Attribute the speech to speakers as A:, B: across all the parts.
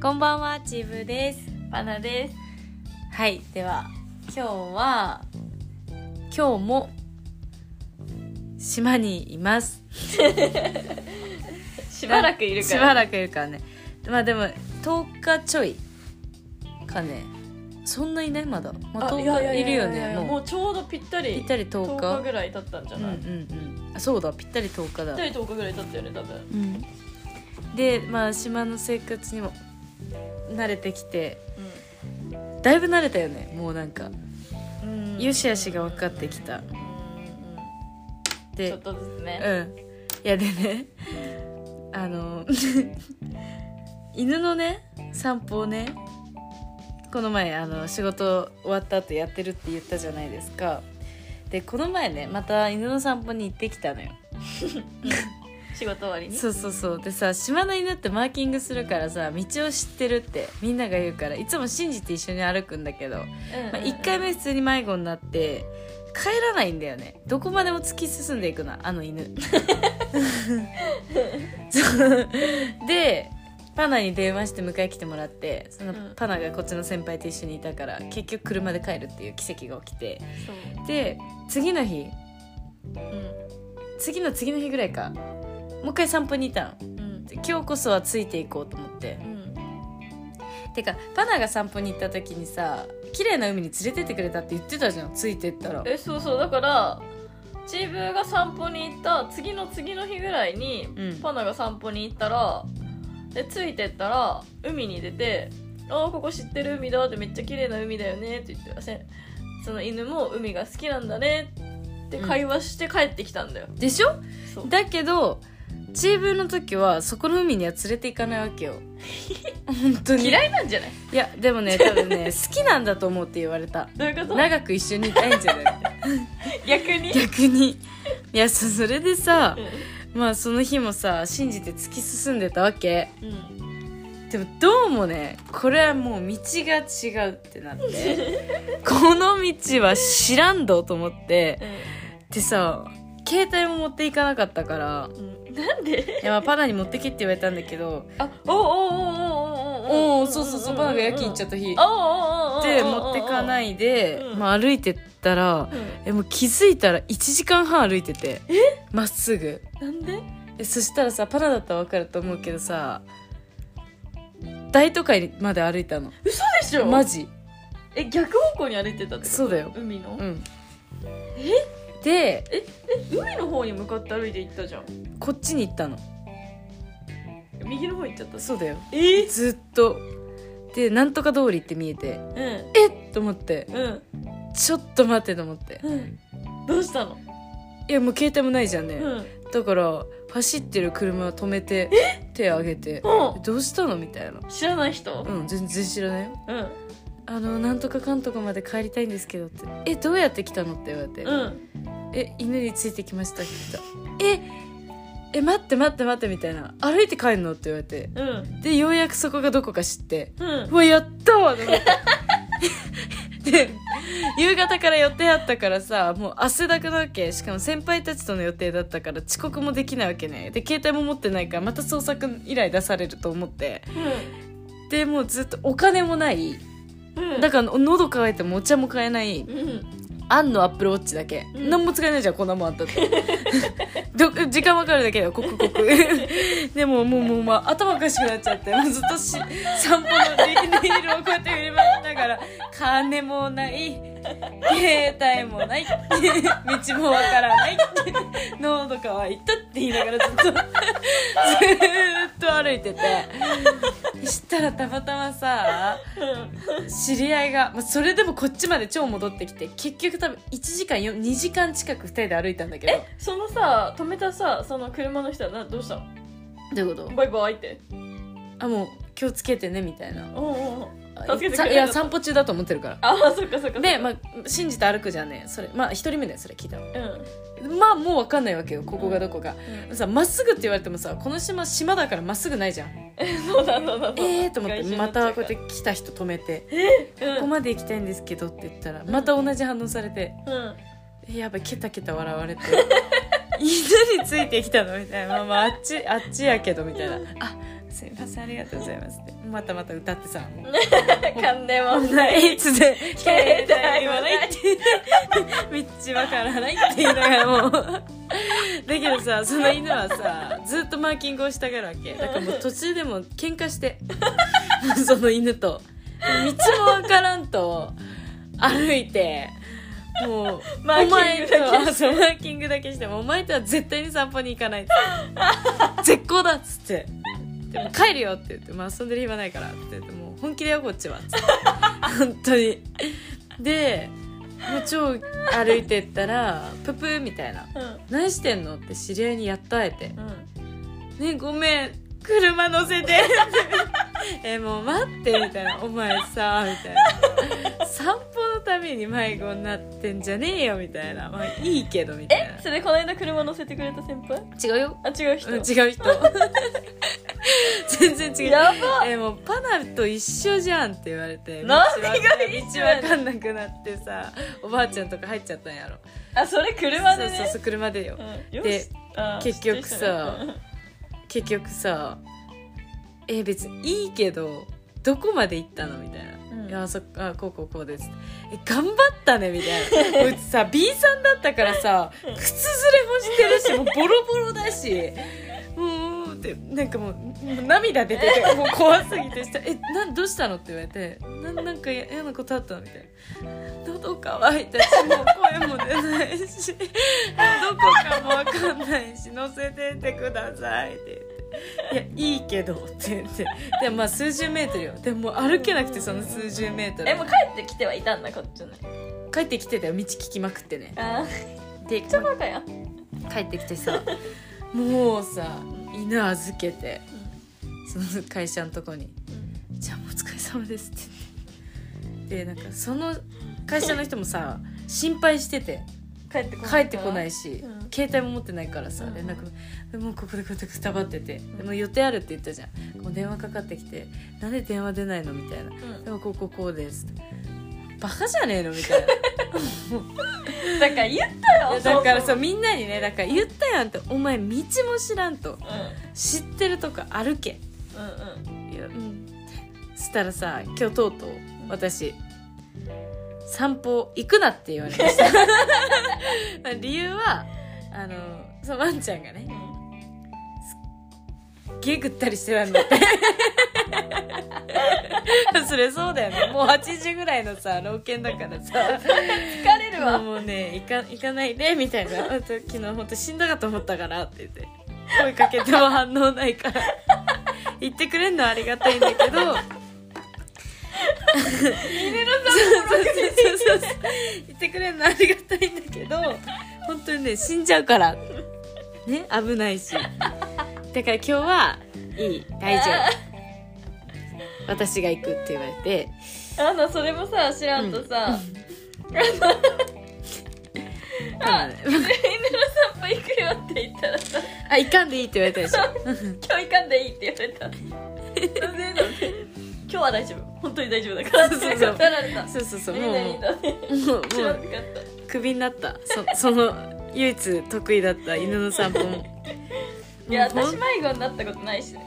A: こんばんはちぶです
B: バナです。
A: はいでは今日は今日も島にいます
B: しばらくいるから。
A: しばらくいるからねまあでも10日ちょいかねそんないないまだ、まあ、
B: あいやや
A: 10日いるよ
B: やや
A: ね
B: やも
A: もう
B: うちょうどぴったり。
A: ぴったり10
B: 10日
A: 日
B: ぐらい経ったんじゃ
A: うんう
B: ない。ぴ
A: んうんあそうだぴったり10日だ
B: ったり10日ぐらい経ったよね多分。
A: うんでまあ島の生活にも慣れてきてだいぶ慣れたよねもうなんか
B: うん
A: よしあしが分かってきた
B: うんうんち
A: で
B: ょっとずつ
A: う
B: ね。
A: んいやでねあの犬のね散歩をねこの前あの仕事終わった後やってるって言ったじゃないですかでこの前ねまた犬の散歩に行ってきたのよ
B: 仕事終わりに。
A: そうそうそうでさ島の犬ってマーキングするからさ道を知ってるってみんなが言うからいつも信じて一緒に歩くんだけど、
B: うん
A: まあ、1回目普通に迷子になって帰らないんだよねどこまでも突き進んでいくなあの 犬そうでパナに電話して迎え来てもらってその
B: うん
A: パナがこっちの先輩と一緒にいたから結局車で帰るっていう奇跡が起きて
B: そう。
A: で次の日
B: う
A: 次の次の日ぐらいかもう一回散歩に行ったの
B: んうん
A: で今日こそはついていこうと思って
B: うん。
A: てかパナが散歩に行った時にさ綺麗な海に連れてってくれたって言ってたじゃんついてったら
B: えそうそうだからチーブーが散歩に行った次の次の日ぐらいに、
A: うん
B: パナが散歩に行ったらでついてったら海に出て「あーここ知ってる海だ」ってめっちゃ綺麗な海だよねって言ってせその犬も海が好きなんだねって会話して帰ってきたんだよ、
A: でしょ
B: そう
A: だけどチーブの時はそこの海には連れて行かないわ けよ本当に
B: 嫌いなんじゃない
A: いやで もね多分ね好きなんだと思うって言われた
B: どういうこと
A: 長く一緒にいたいんじゃない
B: 逆に
A: 逆にいやそそれでさ
B: う
A: まあその日もさ信じて突き進んでたわけ
B: んうん
A: でもどうもねこれはもう道が違うってなって この道は知らんどと思ってでさ携帯も持っていかなかったから
B: うんうんなんで
A: いやまあパナに持ってきって言われたんだけど
B: あおおおおおおお
A: おおそうそうそうパナが夜勤行っちゃった日
B: おおおお、
A: で持ってかないいで
B: う、ん
A: まあ、歩いてったら
B: うん
A: えもう気づいたら1時間半歩いててまっすぐ
B: なんで
A: えそしたらさパナだったら分かると思うけどさ大都会まで歩いたの
B: 嘘でしょ
A: マジ
B: え逆方向に歩いてたってこと
A: そうだよ
B: 海の、
A: うんで
B: 海の方に向かって歩いて行ったじゃん
A: こっちに行ったの
B: 右の方行っちゃった
A: そうだよ
B: え
A: ずっとでなんとか通りって見えて
B: うん
A: えっと思って
B: うん
A: ちょっと待ってと思って
B: うんどうしたの
A: いやもう携帯もないじゃんね、
B: うんうん
A: だから走ってる車を止めて手挙げて「どうしたの?」みたいな
B: 知らない人
A: うん全然知らないよ
B: うん
A: あのなんとかかんとかまで帰りたいんですけどって「えどうやって来たの?」って言われて
B: うんう
A: 「
B: ん
A: え犬についてきました」って言った「ええ待って待って待って」みたいな「歩いて帰んの?」って言われて
B: うん
A: でようやくそこがどこか知って
B: うん
A: うわやったわと思って で夕方から予定あったからさもう汗だくなわけしかも先輩たちとの予定だったから遅刻もできないわけねで携帯も持ってないからまた捜索依頼出されると思ってでもうずっとお金もない
B: うん
A: だから喉乾いてもお茶も買えない
B: うん
A: あんのアップルウォッチだけ、
B: うん
A: 何も使えないじゃんこんなもんあったって ど時間わかるだけだよコクコク でももうもう、まあ、頭おかしくなっちゃってもうずっとし散歩のリネイルをこうやって振り回しながら金もない携帯もない 道もわからない喉乾いたって言いながらずっと ずーっと歩いててしたらたまたまさ知り合いが、まあ、それでもこっちまで超戻ってきて結局多分1時間よ2時間近く2人で歩いたんだけど
B: そのさ止めたさその車の人はなどうしたの
A: どういうこ
B: バイバイって
A: とあもう気をつけてねみたいな
B: おうおうおう
A: あ
B: 助けてくれなかった
A: さいや散歩中だと思ってるから
B: ああそっかそっか
A: で、
B: ま
A: まあ、信じて歩くじゃんねそれまあ1人目だよそれ聞いたの
B: うん
A: まあもう分かんないわけよここがどこか、
B: うん
A: さまっすぐって言われてもさこの島島だからまっすぐないじゃん
B: そうだそうだそうだ
A: えーと思って
B: 外周にな
A: ま
B: っちゃ
A: た
B: う
A: こ
B: か
A: うや
B: ら
A: って来た人止めて「ここ
B: うん
A: まで行きたいんですけど」って言ったらまた同じ反応されて
B: うん
A: やばいケタケタ笑われて 犬についてきたのみたいな、まあ、まああっちあっちやけどみたいなあすいませんありがとうございますってまたまた歌ってさもう
B: 関連問
A: な
B: 題
A: いつで携帯
B: 携帯
A: はな
B: はないい
A: って道わからないって言いながらもうだけどさその犬はさずっとマーキングをしたがるわけだからもう途中でも喧嘩して その犬と道もわからんと歩いてもう
B: マーキングだけ
A: お前とそうマーキングだけしてもうお前とは絶対に散歩に行かないって絶好だっつってでも帰るよって言って、まあ、遊んでる暇ないからって言ってもう本気だよこっちはっつって本当にでもう超歩いてったらププーみたいな
B: うん
A: 「何してんの?」って知り合いにやっと会えて
B: うん
A: 「ねごめん車乗せて」 えもう待って」みたいな「お前さ」みたいな「散歩のために迷子になってんじゃねえよ」みたいな「まあいいけど」みたいな
B: えそれこの間車乗せてくれた先輩
A: 違うよ
B: あ違う人
A: うん違う人全然違う
B: やば
A: えーもうパナと一緒じゃんって言われて
B: 何
A: 道
B: が
A: わ
B: 一緒
A: 道
B: や
A: わ
B: ねん
A: かんなくなってさおばあちゃんとか入っちゃったんやろ
B: あそれ車で
A: そうそう
B: ね
A: そう車でよ
B: うんよし
A: で
B: あー
A: 結局さ
B: 知ってる人ね
A: 結局さえー別にいいけどどこまで行ったのみたいな。
B: うん
A: いやそっかこうこうこうですえ頑張ったねみたいな うちさ B さんだったからさ
B: うん
A: 靴ずれもしてるしもうボロボロだしもうってなんかもうもう涙出ててもう怖すぎてした「えなどうしたの?」って言われて「ななんかや嫌なことあったの?」みたいな「喉乾いたしもう声も出ない しどこかもわかんないし乗せてってください」って言って「いやいいけど」って言ってでまあ数十メートルよでももう歩けなくてその数十メートル
B: えもう帰ってきてはいたんだこっちね
A: 帰ってきてたよ道聞きまくってね
B: あ
A: で
B: ちょバカやん
A: 帰ってきてさもうさ犬預けてその会社のとこに「じゃあもうお疲れ様です」って言ってでなんかその会社の人もさ心配してて
B: 帰ってこない
A: 帰ってこない
B: し
A: し、
B: うん
A: 携帯も持ってないからさ
B: うん
A: 連絡ももうここでこうやってくたばってて、でも予定あるって言ったじゃんこう電話かかってきて「なんで電話出ないの?」みたいな「でもこうこうこうです」バカじゃねえのみた いな
B: だから言ったよ
A: だから
B: そ
A: さ
B: う
A: みんなにねだから言ったやんって「お前道も知らん」と「知ってるとこ歩け」
B: うんうんうん
A: いやうんそしたらさ今日とうとう私散歩行くなって言われました まあ理由はあのそのワンちゃんがねゲぐったりしてたんだって それそうだよねもう8時ぐらいのさ老犬だからさ
B: 疲れるわ
A: もうね行か行かないでみたいなあと昨日本当死んだかと思ったからって言って声かけても反応ないから言ってくれんのはありがたいんだけどそうそうそうそう言ってくれるのありがたいんだけど本当にね死んじゃうからね危ないしだから今日はいい大丈夫私が行くって言われて
B: あのそれもさ知らんとさ、
A: あ
B: 犬の散歩行くよって言ったらさ
A: あ行かんでいいって言われ たでしょ
B: 今日行かんでいいって言われたなんで 今日は大丈夫本当に大丈夫だから
A: そうそう
B: って語られた
A: そうそうそう
B: いい
A: もう
B: ねいいね
A: もうも
B: 知らん
A: う
B: かった
A: クビになったそそ の唯一得意だった犬の散歩 も
B: いや
A: もうほん
B: 私迷子になったことないしね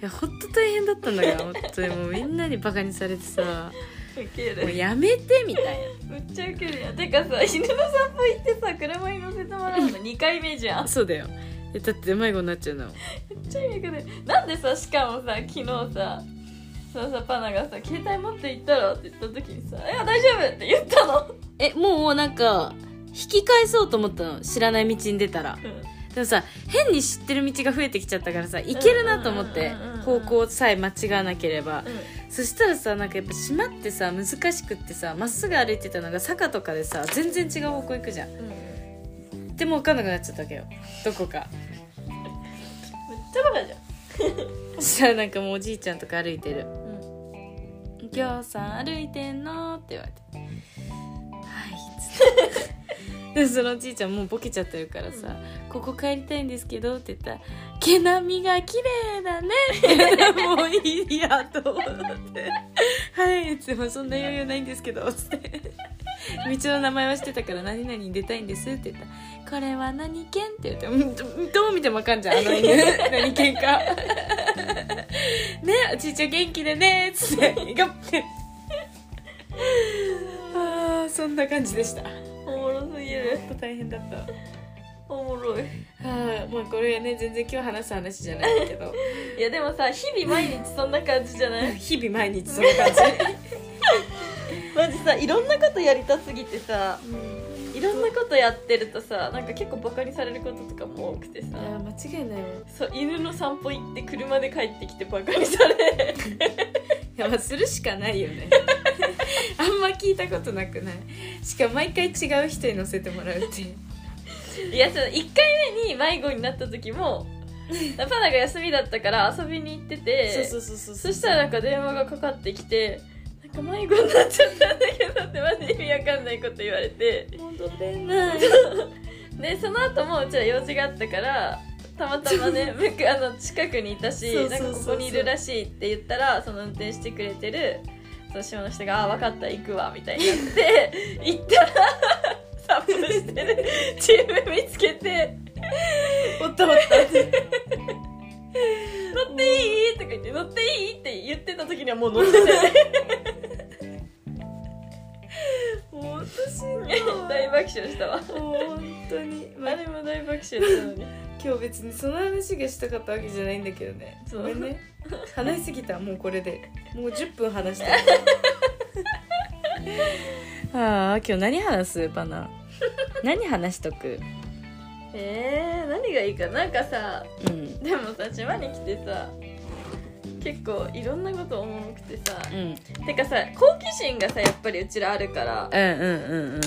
A: いやほんと大変だったんだから本当にもうみんなにバカにされてさ
B: ウケ
A: もう
B: る
A: やめてみたいな
B: めっちゃウケるやんてかさ犬の散歩行ってさ車に乗せてもらうの2回目じゃん
A: そうだよえだって迷子になっちゃうの
B: めっちゃ意味わかんないなんでさしかもさ昨日さそのさパナがさ「携帯持って行ったろ」って言った時にさ「いや大丈夫」って言ったの、
A: えもうなんか引き返そうと思ったの知らない道に出たらでもさ変に知ってる道が増えてきちゃったからさ行けるなと思って
B: うんうんうんうんうん
A: 方向さえ間違わなければそしたらさなんかやっぱ閉まってさ難しくってさまっすぐ歩いてたのが坂とかでさ全然違う方向行くじゃん
B: うん、めっ
A: でも分かんなくなっちゃったわけよどこか
B: ちゃバカじゃん
A: そしたらなんかもうおじいちゃんとか歩いてる
B: う
A: 「
B: ん
A: ぎょうさん歩いてんの?」って言われて「はい」っつってでそのおじいちゃんもうボケちゃってるからさ「ここ帰りたいんですけど」って言ったら「毛並みが綺麗だね」ってもういいやと思って「はい」っつってもうそんな余裕ないんですけど」つって。道の名前は知ってたから何々に出たいんですって言ったら これは何県って言ってうんどどう見てもわかんじゃんあの犬何県かゃあちーちゃん元気でね」っつって頑張 ってあーそんな感じでした
B: おもろすぎ
A: ちょ
B: る
A: っと大変だったあ
B: おもろい
A: ーまあこれはね全然今日話す話じゃないけ ど
B: いやでもさ日々毎日そんな感じじゃない
A: 日々毎日そんな感じ
B: マジさいろんなことやりたすぎてさいろんなことやってるとさなんか結構バカにされることとかも多くてさ
A: いや間違いないわ
B: そう犬の散歩行って車で帰ってきてバカにされ
A: いやまあするしかないよね あんま聞いたことなくないしかも毎回違う人に乗せてもらうっていう
B: いやその1回目に迷子になった時 もパナが休みだったから遊びに行ってて
A: うそうそう
B: そしたらなんか電話がかかってきて「なんか迷子になっちゃったんだけど」ってマジ意味わかんないこと言われて
A: 戻れない
B: でその後もうちら用事があったからたまた まね僕あの近くにいたし
A: そうそう
B: な
A: そうんそう
B: かここにいるらしいって言ったらその運転してくれてるその島の人が「あ分かった行くわ」みたいになって 行ったら散歩してるチーム見つけて
A: おったおった
B: 「乗っていい?」とか言って「乗っていい?」って言ってた時にはもう乗ってて
A: もう私
B: 大爆笑したわ
A: もう本当に、まあ
B: あ、れも大爆笑したのに
A: 今日別にその話がしたかったわけじゃないんだけどね
B: そう
A: ごめんね話しすぎたもうこれでもう10分話した ああ今日何話すパ ナ何話しとく
B: えー、何がいいかなんかさ
A: うん
B: でもさ島に来てさ結構いろんなこと思うくてさ
A: うん
B: てかさ好奇心がさやっぱりうちらあるから
A: うんうんうんうん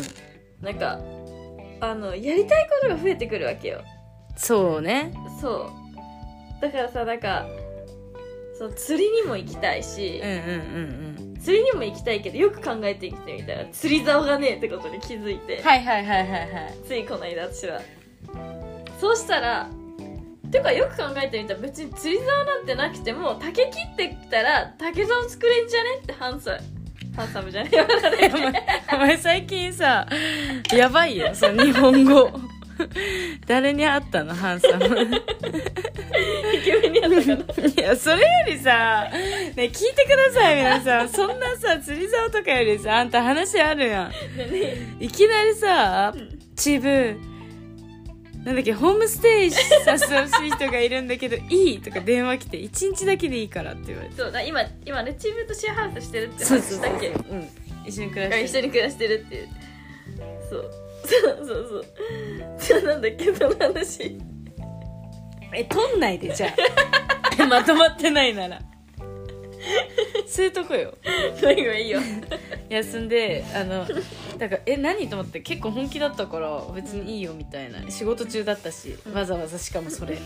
B: なんかあのやりたいことが増えてくるわけよ
A: そうね
B: そうだからさなんかその釣りにも行きたいし
A: うん、うんうん
B: 釣りにも行きたいけどよく考えてきてみたら釣り竿がねえってことに気づいて、
A: うんはいはいはいはいはい
B: ついこの間私はそうしたらてかよく考えてみたら別に釣り竿なんてなくても竹切ってきたら竹竿作れんじゃねってハンサムハンサムじゃねえ
A: お前お前最近さやばいよその日本語 誰に会ったのハンサム
B: イケメンにや ったかない
A: やそれよりさ、ね、聞いてください皆さんそんなさ釣り竿とかよりさあんた話あるや
B: でね
A: んいきなりさチブなんだっけホームステイさせてほしい人がいるんだけど 「いい?」とか電話来て「1日だけでいいから」って言われて
B: そうだ今今ねチームとシェアハウスしてるって
A: そう
B: 話
A: そう
B: し
A: そ
B: た
A: う
B: っけ
A: うん、一緒に暮ら
B: が
A: して
B: 一緒に暮らしてるっていうそうそうそうそうじゃあなんだっけその話
A: え取んないでじゃ あまとまってないならそういうとこよ
B: 最後い いよ
A: 休んであのだからえ何と思って結構本気だったから別にいいよみたいな仕事中だったしわざわざしかもそれ、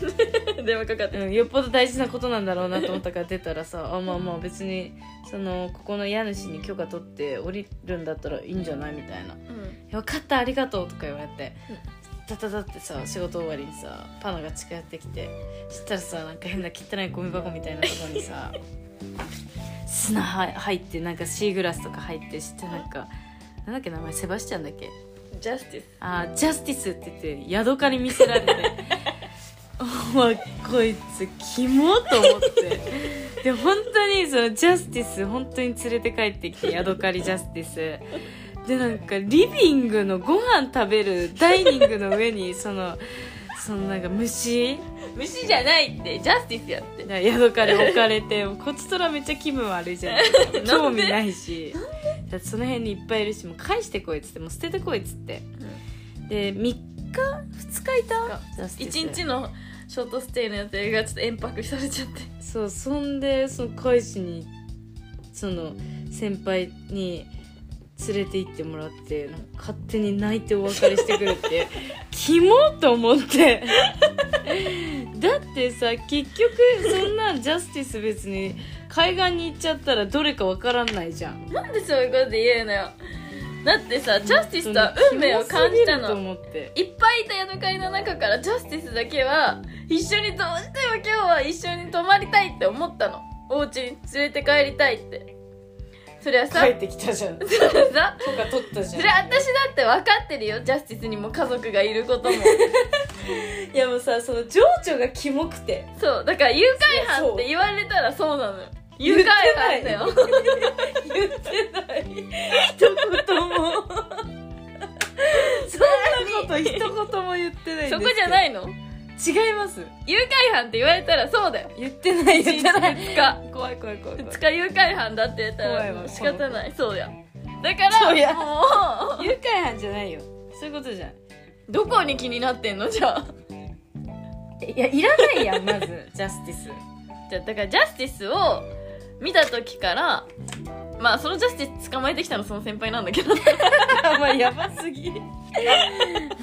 B: 電話かかって
A: うん、よっぽど大事なことなんだろうなと思ったから出たらさあまあまあ別にそのここの家主に許可取って降りるんだったらいいんじゃないみたいな
B: うん
A: 「よかったありがとう」とか言われてタタタってさ仕事終わりにさパナが近寄ってきてそしたらさなんか変な汚いゴミ箱みたいなとこにさ砂は入ってなんかシーグラスとか入ってしてなんかなんだっけ名前セバスチャンだっけ
B: ジャスティス
A: あージャスティスって言ってヤドカリ見せられて お前こいつキモと思ってで本当にそのジャスティス本当に連れて帰ってきてヤドカリジャスティスでなんかリビングのご飯食べるダイニングの上にそのそのなんか虫
B: 虫じゃないってジャスティスやって
A: なヤドカリ置かれてこっちとらめっちゃ気分悪いじゃ ないですか興味ないしだってその辺にいっぱいいるしもう返してこいっつってもう捨ててこいっつって、で3日2日いた
B: 一
A: 1
B: 日のショートステイの予定がちょっと延泊されちゃって
A: そうそんでその返しにその先輩に連れて行ってもらってなんか勝手に泣いてお別れしてくるって キモっと思ってだってさ結局そんなジャスティス別に海岸に行っちゃったらどれかわからんないじゃん
B: なんでそういうこと言うのよだってさジャスティスとは運命を感じた
A: キモすぎると
B: の
A: 思って
B: いっぱいいた宿会の中からジャスティスだけは一緒にどうしても今日は一緒に泊まりたいって思ったのお家に連れて帰りたいってそりゃさ
A: 帰ってきたじゃん許
B: そりゃさ
A: 可取ったじ
B: そ
A: ゃん
B: りゃ私だって分かってるよジャスティスにも家族がいることも
A: いやもうさその情緒がキモくて
B: そうだから誘拐犯って言われたらそうなのよ誘拐犯だよ
A: 言ってない一言もそんなこと一言も言ってないんですけ
B: そ
A: ど
B: こじゃないの
A: 違います
B: 誘拐犯って言われたらそうだよ
A: 言ってない言ってない
B: 2
A: 怖い怖い怖い
B: 日
A: 怖い
B: 2日誘拐犯だって言った
A: 怖い
B: ら
A: わ
B: もう仕方ないそうやだか
A: そうや
B: らもう
A: 誘拐犯じゃないよそういうことじゃな
B: どこに気になってんのじゃあ
A: いいやいらないやんまずジャスティス
B: じゃあだからジャスティスを見た時からまあそのジャスティス捕まえてきたのその先輩なんだ けど
A: まあやばすぎ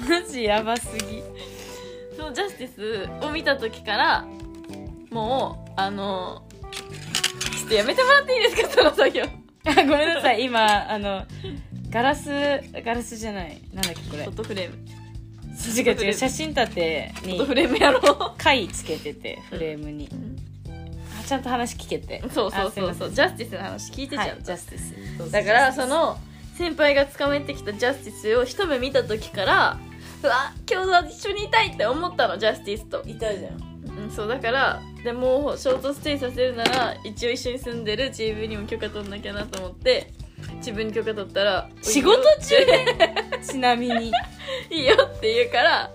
A: マジやばすぎ
B: そのジャスティスを見た時からもうあのちょっとやめてもらっていいですかそ の作業
A: あごめんなさい今あのガラスガラスじゃないなんだっけこれ
B: フォトフレーム
A: 違う違う写真立て
B: フォ
A: に
B: トフレームやろう
A: 貝つけててフレーム に、あちゃんと話聞けて
B: そうそうそうそ
A: あ
B: うジャスティスの話聞い
A: す
B: て
A: い
B: ち
A: ません
B: ゃ
A: はい
B: うと
A: ジャスティス
B: だからその先輩が捕まえてきたジャスティスを一目見た時からうわ今日は一緒にいたいって思ったのジャスティスと
A: いたじゃん
B: うん、そうだからでもうショートステイさせるなら一応一緒に住んでるチームにも許可取んなきゃなと思って自分に許可取ったら
A: 仕事中
B: で
A: ちなみに
B: いいよって言うから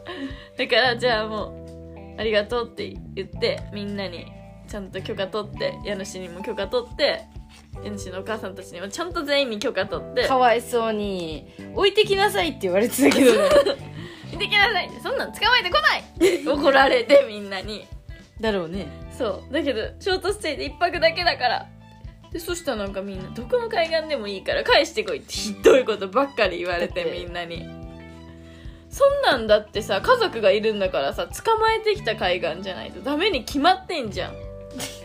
B: だからじゃあもうありがとうって言ってみんなにちゃんと許可取って家主にも許可取って家主のお母さんたちにもちゃんと全員に許可取って
A: かわいそうに置いてきなさいって言われてたけどね
B: 見てきなさいそんなん捕まえてこないって怒られてみんなに
A: だろうね
B: そうだけどショートステイで一泊だけだからでそしたらなんかみんな「どこの海岸でもいいから返してこい」ってひどいことばっかり言われて
A: だって
B: みんなにそんなんだってさ家族がいるんだからさ捕まえてきた海岸じゃないとダメに決まってんじゃん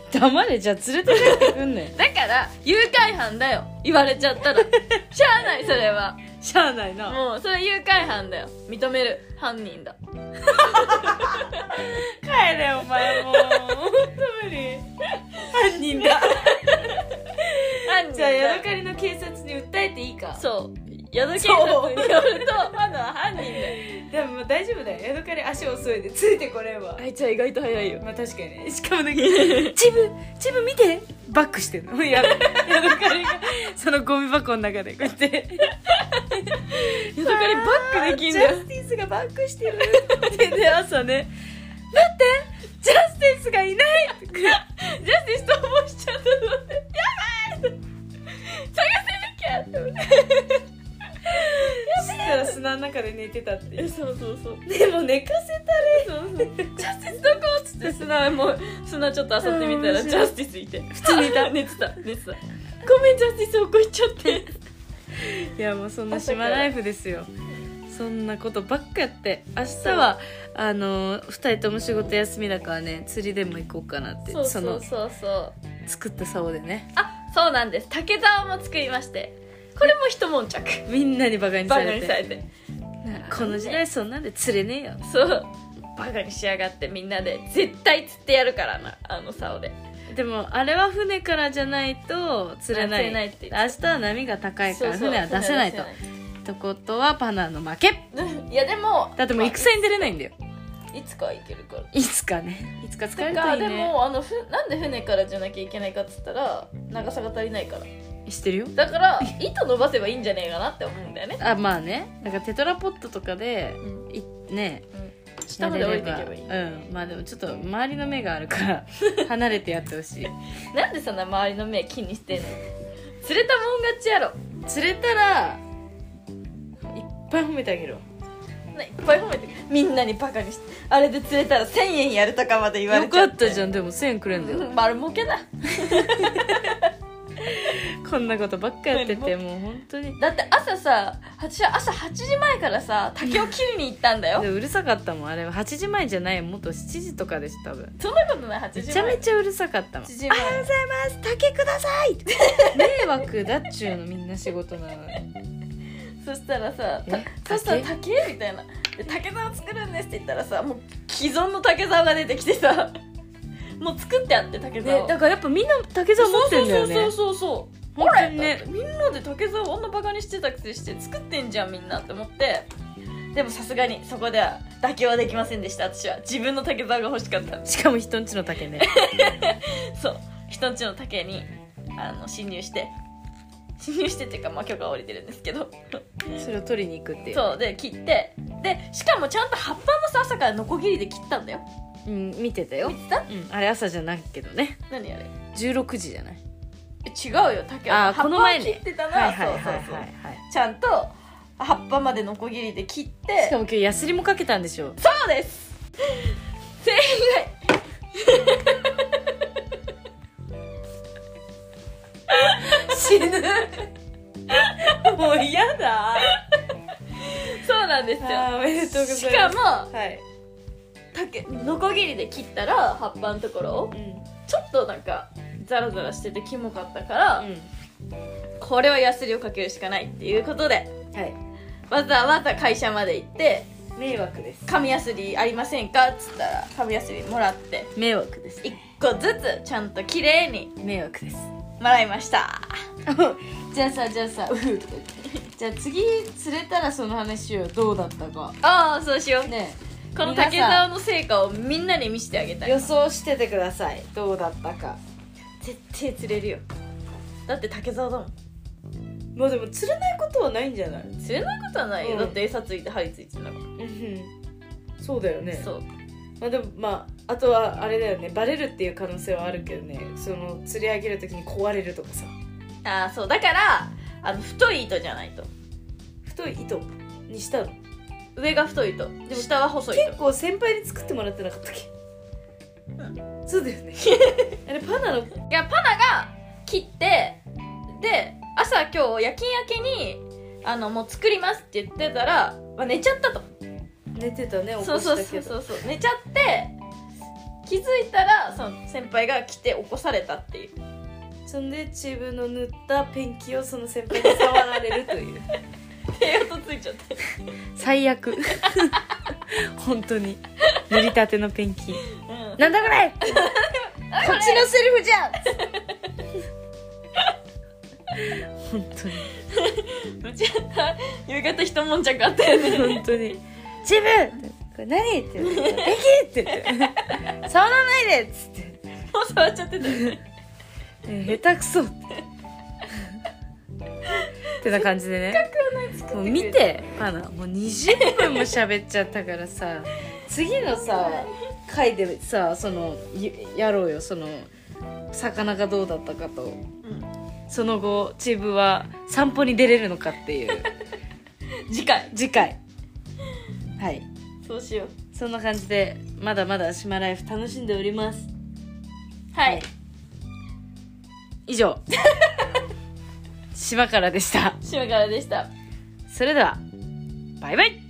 A: 黙れじゃあ連れて帰ってくんね
B: だから誘拐犯だよ言われちゃったらしゃあないそれは
A: ん しゃあないな
B: もうそれ誘拐犯だよ認める犯人だ
A: 帰れお前もう本当無理犯人 だ
B: 犯人だ
A: じゃあヤドカリの警察に訴えていいか
B: そう宿警察によるとまだ犯人だよ
A: でももう大丈夫だよヤドカリ足遅いでついてこれんわ
B: あいつは意外と早いよ
A: まあ確かにねしかもなん か自分自分見てバックしてんのヤドヤドカリがそのゴミ箱の中でこうやって
B: ヤドカリバックできんだ
A: ジャ
B: よ
A: スティスがバックしてるってで朝ねだってジャスティスがいないって
B: ジャスティス逃亡しちゃったのでやばい探せなきゃって思って
A: そしたら砂の中で寝てたっていう
B: そうそうそう
A: でも寝かせたれそうそう
B: ジャスティスどこっつって砂もう砂ちょっと漁ってみた
A: う
B: ら
A: ん
B: ジャスティスいて普
A: 通にい た
B: 寝てた寝てたごめんジャスティス怒っちゃって
A: いやもうそんな島ライフですよそんなことばっかやって明日はあの2人とも仕事休みだからね釣りでも行こうかなって
B: そう
A: そ
B: そうそうそう
A: の作った竿でね
B: あそうなんです竹竿も作りましてこれも一悶着
A: みんなにバカに
B: バ
A: さ
B: カ
A: れ
B: に
A: て
B: されて
A: この時代そんなんで釣れねえよ
B: そうバカにしやがってみんなで絶対釣ってやるからなあの竿で
A: でもあれは船からじゃないと釣れない
B: あ釣れないって言
A: 明日は波が高いか
B: そう
A: ら
B: そう
A: 船は出せないと
B: 船は出
A: ってことはパナの負け
B: せない いやでも
A: だってもう戦に出れないんだよ
B: まあいつかはいけるから
A: いつかねいつか疲れ
B: だ
A: た
B: から
A: い
B: で
A: ね
B: もあのふなんで船からじゃなきゃいけないかっつったら長さが足りないから
A: してるよ
B: だから糸伸ばせばいいんじゃねえかなって思うんだよね、
A: あまあねなんかテトラポットとかで
B: うん、
A: いね
B: 下まで降りていけばいい
A: うんまあでもちょっと周りの目があるから離れてやってほしい
B: なんでそんな周りの目気にしてんの釣れたもん勝ちやろ
A: 釣れたらいっぱい褒めてあげろ
B: ないっぱい褒めてみんなにバカにしてあれで釣れたら1000円やるとかまで言わ
A: よ
B: れち
A: か
B: ゃ
A: ったじ
B: ゃ
A: ゃんでも1000円くれんだよ、
B: 丸儲けだ
A: こんなことばっかやっててもう本当に
B: だって朝さ私は朝8時前からさ竹を切りに行ったんだよ
A: でうるさかったもんあれは8時前じゃないもっと7時とかでした多分
B: そんなことない8時
A: め
B: 前
A: ちゃめちゃうるさかったもん「お
B: 8
A: は
B: 時前
A: ようございます竹ください」 迷惑だっちゅうのみんな仕事なのに
B: そしたらさ
A: え
B: 「そしたら竹?」みたいなで「竹竿作るんです」って言ったらさもう既存の竹竿が出てきてさ もう作ってあって竹竿
A: ね
B: を
A: だからやっぱみんな竹竿持ってんだよね
B: そうそうそうそう
A: 本
B: ほ
A: 当
B: ら、
A: にね
B: みんなで竹竿をあんなバカにしてたくせして作ってんじゃんみんなって思ってでもさすがにそこでは妥協はできませんでした私は自分の竹竿が欲しかった
A: しかも人んちの竹ね
B: そう人んちの竹にあの侵入して侵入してっていうかまあ許可は下りてるんですけど
A: それを取りに行くっていう
B: そうで切ってでしかもちゃんと葉っぱもさ朝からノコギリで切ったんだよ
A: うん見てたよ
B: 見てた
A: うん、あれ朝じゃないけどね
B: 何あれ
A: 16時じゃない
B: え違うよ竹
A: あー
B: は葉
A: こ
B: っぱ
A: の
B: を
A: 前ね
B: 切ってた
A: は
B: な
A: は
B: い
A: い
B: そ
A: は
B: う
A: い
B: そう
A: はい
B: そう
A: はい
B: ちゃんと葉っぱまでノコギリで切って
A: しかも今日ヤスリもかけたんでしょ
B: そうです 正解
A: 死ぬもう嫌だ
B: そうなんですよ
A: あーおめでとうございます
B: しかも
A: はい、
B: 竹ノコギリで切ったら葉っぱのところを
A: うん
B: ちょっとなんかザラザラしててキモかったから、これはヤスリをかけるしかないっていうことで
A: はい
B: わざわざ会社まで行って
A: 迷惑です
B: 「紙ヤスリありませんか?」っつったら紙ヤスリもらって
A: 迷惑です
B: 1個ずつちゃんと綺麗に
A: 迷惑 です
B: もらいましたじゃあさじゃあさ
A: じゃあ次釣れたらその話をどうだったか
B: ああそうしよう
A: ね
B: この竹沢の成果をみんなに見せてあげたい
A: 予想しててくださいどうだったか
B: 絶対釣れるよだって竹沢だもん
A: まあでも釣れないことはないんじゃない
B: 釣れないことはないよ、
A: うん
B: だって餌ついて針ついてんだか
A: うんそうだよ
B: ら、
A: ね
B: そう
A: まあでもまああとはあれだよねバレるっていう可能性はあるけどねその釣り上げる時に壊れるとかさ
B: ああそうだからあの太い糸じゃないと
A: 太い糸にしたの
B: 上が太い糸でも下は細い糸
A: 結構先輩に作ってもらってなかったっけそうだよ ねあれパナの
B: いやパナが切ってで朝今日夜勤明けにあのもう作りますって言ってたら、まあ、寝ちゃったと
A: 寝てたね起こしたけ
B: そう
A: ど
B: そうそうそうそう寝ちゃって気づいたらその先輩が来て起こされたっていう
A: そんで自分の塗ったペンキをその先輩に触られるという
B: 手音ついちゃって
A: 最悪 本当に塗りたてのペンキ
B: うん
A: なんだ これこっちのセリフじゃん本当に
B: うちは夕方一悶着あったよね
A: 本当に「自分これ何?」って言って「ペンキ!」って言って「触らないで!」っつって
B: もう触っちゃってたよね
A: 「ね下手くそ!」って。ってな感じでねもう見てパナもう20分も喋っちゃったからさ次のさ回でさそのゆやろうよその魚がどうだったかと
B: うん
A: その後チームは散歩に出れるのかっていう
B: 次回
A: 次 回はい
B: そうしよう
A: そんな感じでまだまだ島ライフ楽しんでおります
B: はい
A: 以 上島からでした
B: 島からでした
A: それではバイバイ